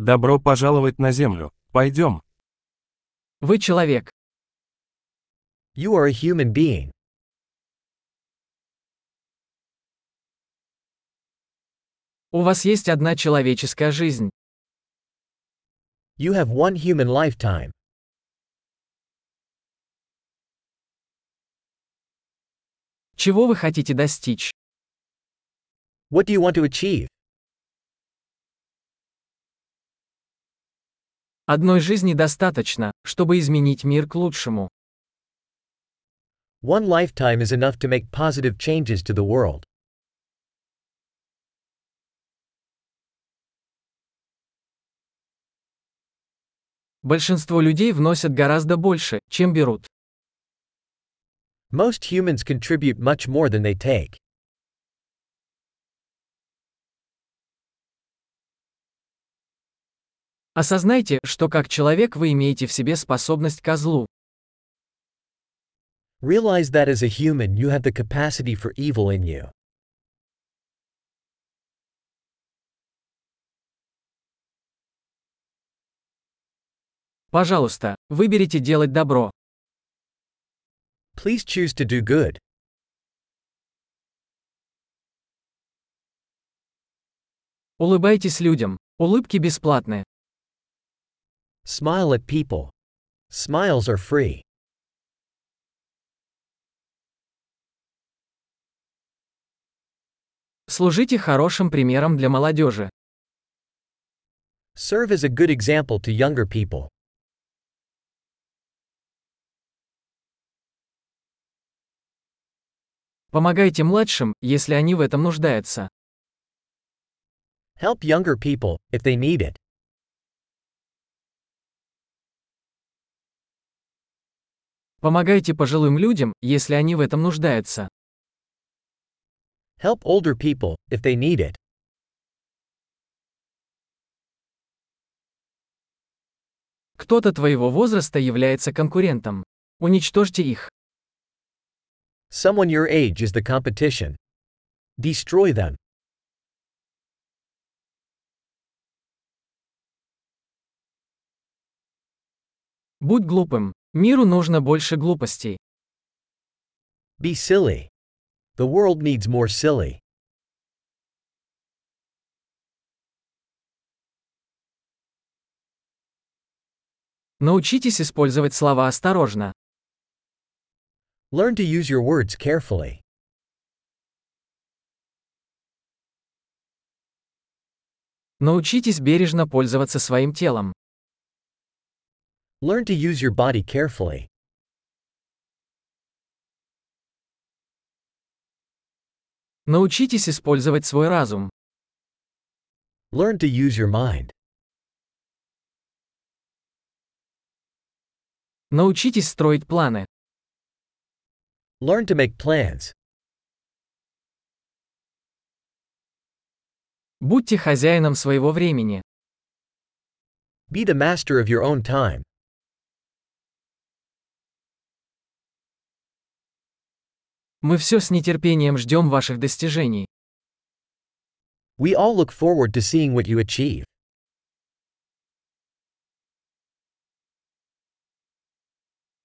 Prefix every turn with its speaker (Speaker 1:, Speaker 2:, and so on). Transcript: Speaker 1: Добро пожаловать на Землю. Пойдем.
Speaker 2: Вы человек.
Speaker 3: You are a human being.
Speaker 2: У вас есть одна человеческая жизнь.
Speaker 3: You have one human lifetime.
Speaker 2: Чего вы хотите достичь?
Speaker 3: What do you want to achieve?
Speaker 2: Одной жизни достаточно, чтобы изменить мир к лучшему.
Speaker 3: One lifetime is enough to make positive changes to the world.
Speaker 2: Большинство людей вносят гораздо больше, чем берут.
Speaker 3: Most humans contribute much more than they take.
Speaker 2: Осознайте, что как человек вы имеете в себе способность козлу.
Speaker 3: Realize that as a human you have the capacity for evil in you.
Speaker 2: Пожалуйста, выберите делать добро.
Speaker 3: Please choose to do good.
Speaker 2: Улыбайтесь людям. Улыбки бесплатны.
Speaker 3: Smile at people. Smiles are free.
Speaker 2: Служите хорошим примером для молодежи.
Speaker 3: Serve as a good example to younger people.
Speaker 2: Помогайте младшим, если они в этом нуждаются.
Speaker 3: Help younger people if they need it.
Speaker 2: Помогайте пожилым людям, если они в этом нуждаются.
Speaker 3: Help older people if they need it.
Speaker 2: Кто-то твоего возраста является конкурентом. Уничтожьте их.
Speaker 3: Someone your age is the competition. Destroy them.
Speaker 2: Будь глупым. Миру нужно больше глупостей.
Speaker 3: Be silly. The world needs more silly.
Speaker 2: Научитесь использовать слова осторожно.
Speaker 3: Learn to use your words carefully.
Speaker 2: Научитесь бережно пользоваться своим телом.
Speaker 3: Learn to use your body carefully.
Speaker 2: Научитесь использовать свой разум.
Speaker 3: Learn to use your mind.
Speaker 2: Научитесь строить планы.
Speaker 3: Learn to make plans.
Speaker 2: Будьте хозяином своего времени.
Speaker 3: Be the master of your own time.
Speaker 2: Мы все с нетерпением ждем ваших достижений.
Speaker 3: We all look forward to seeing what you achieve.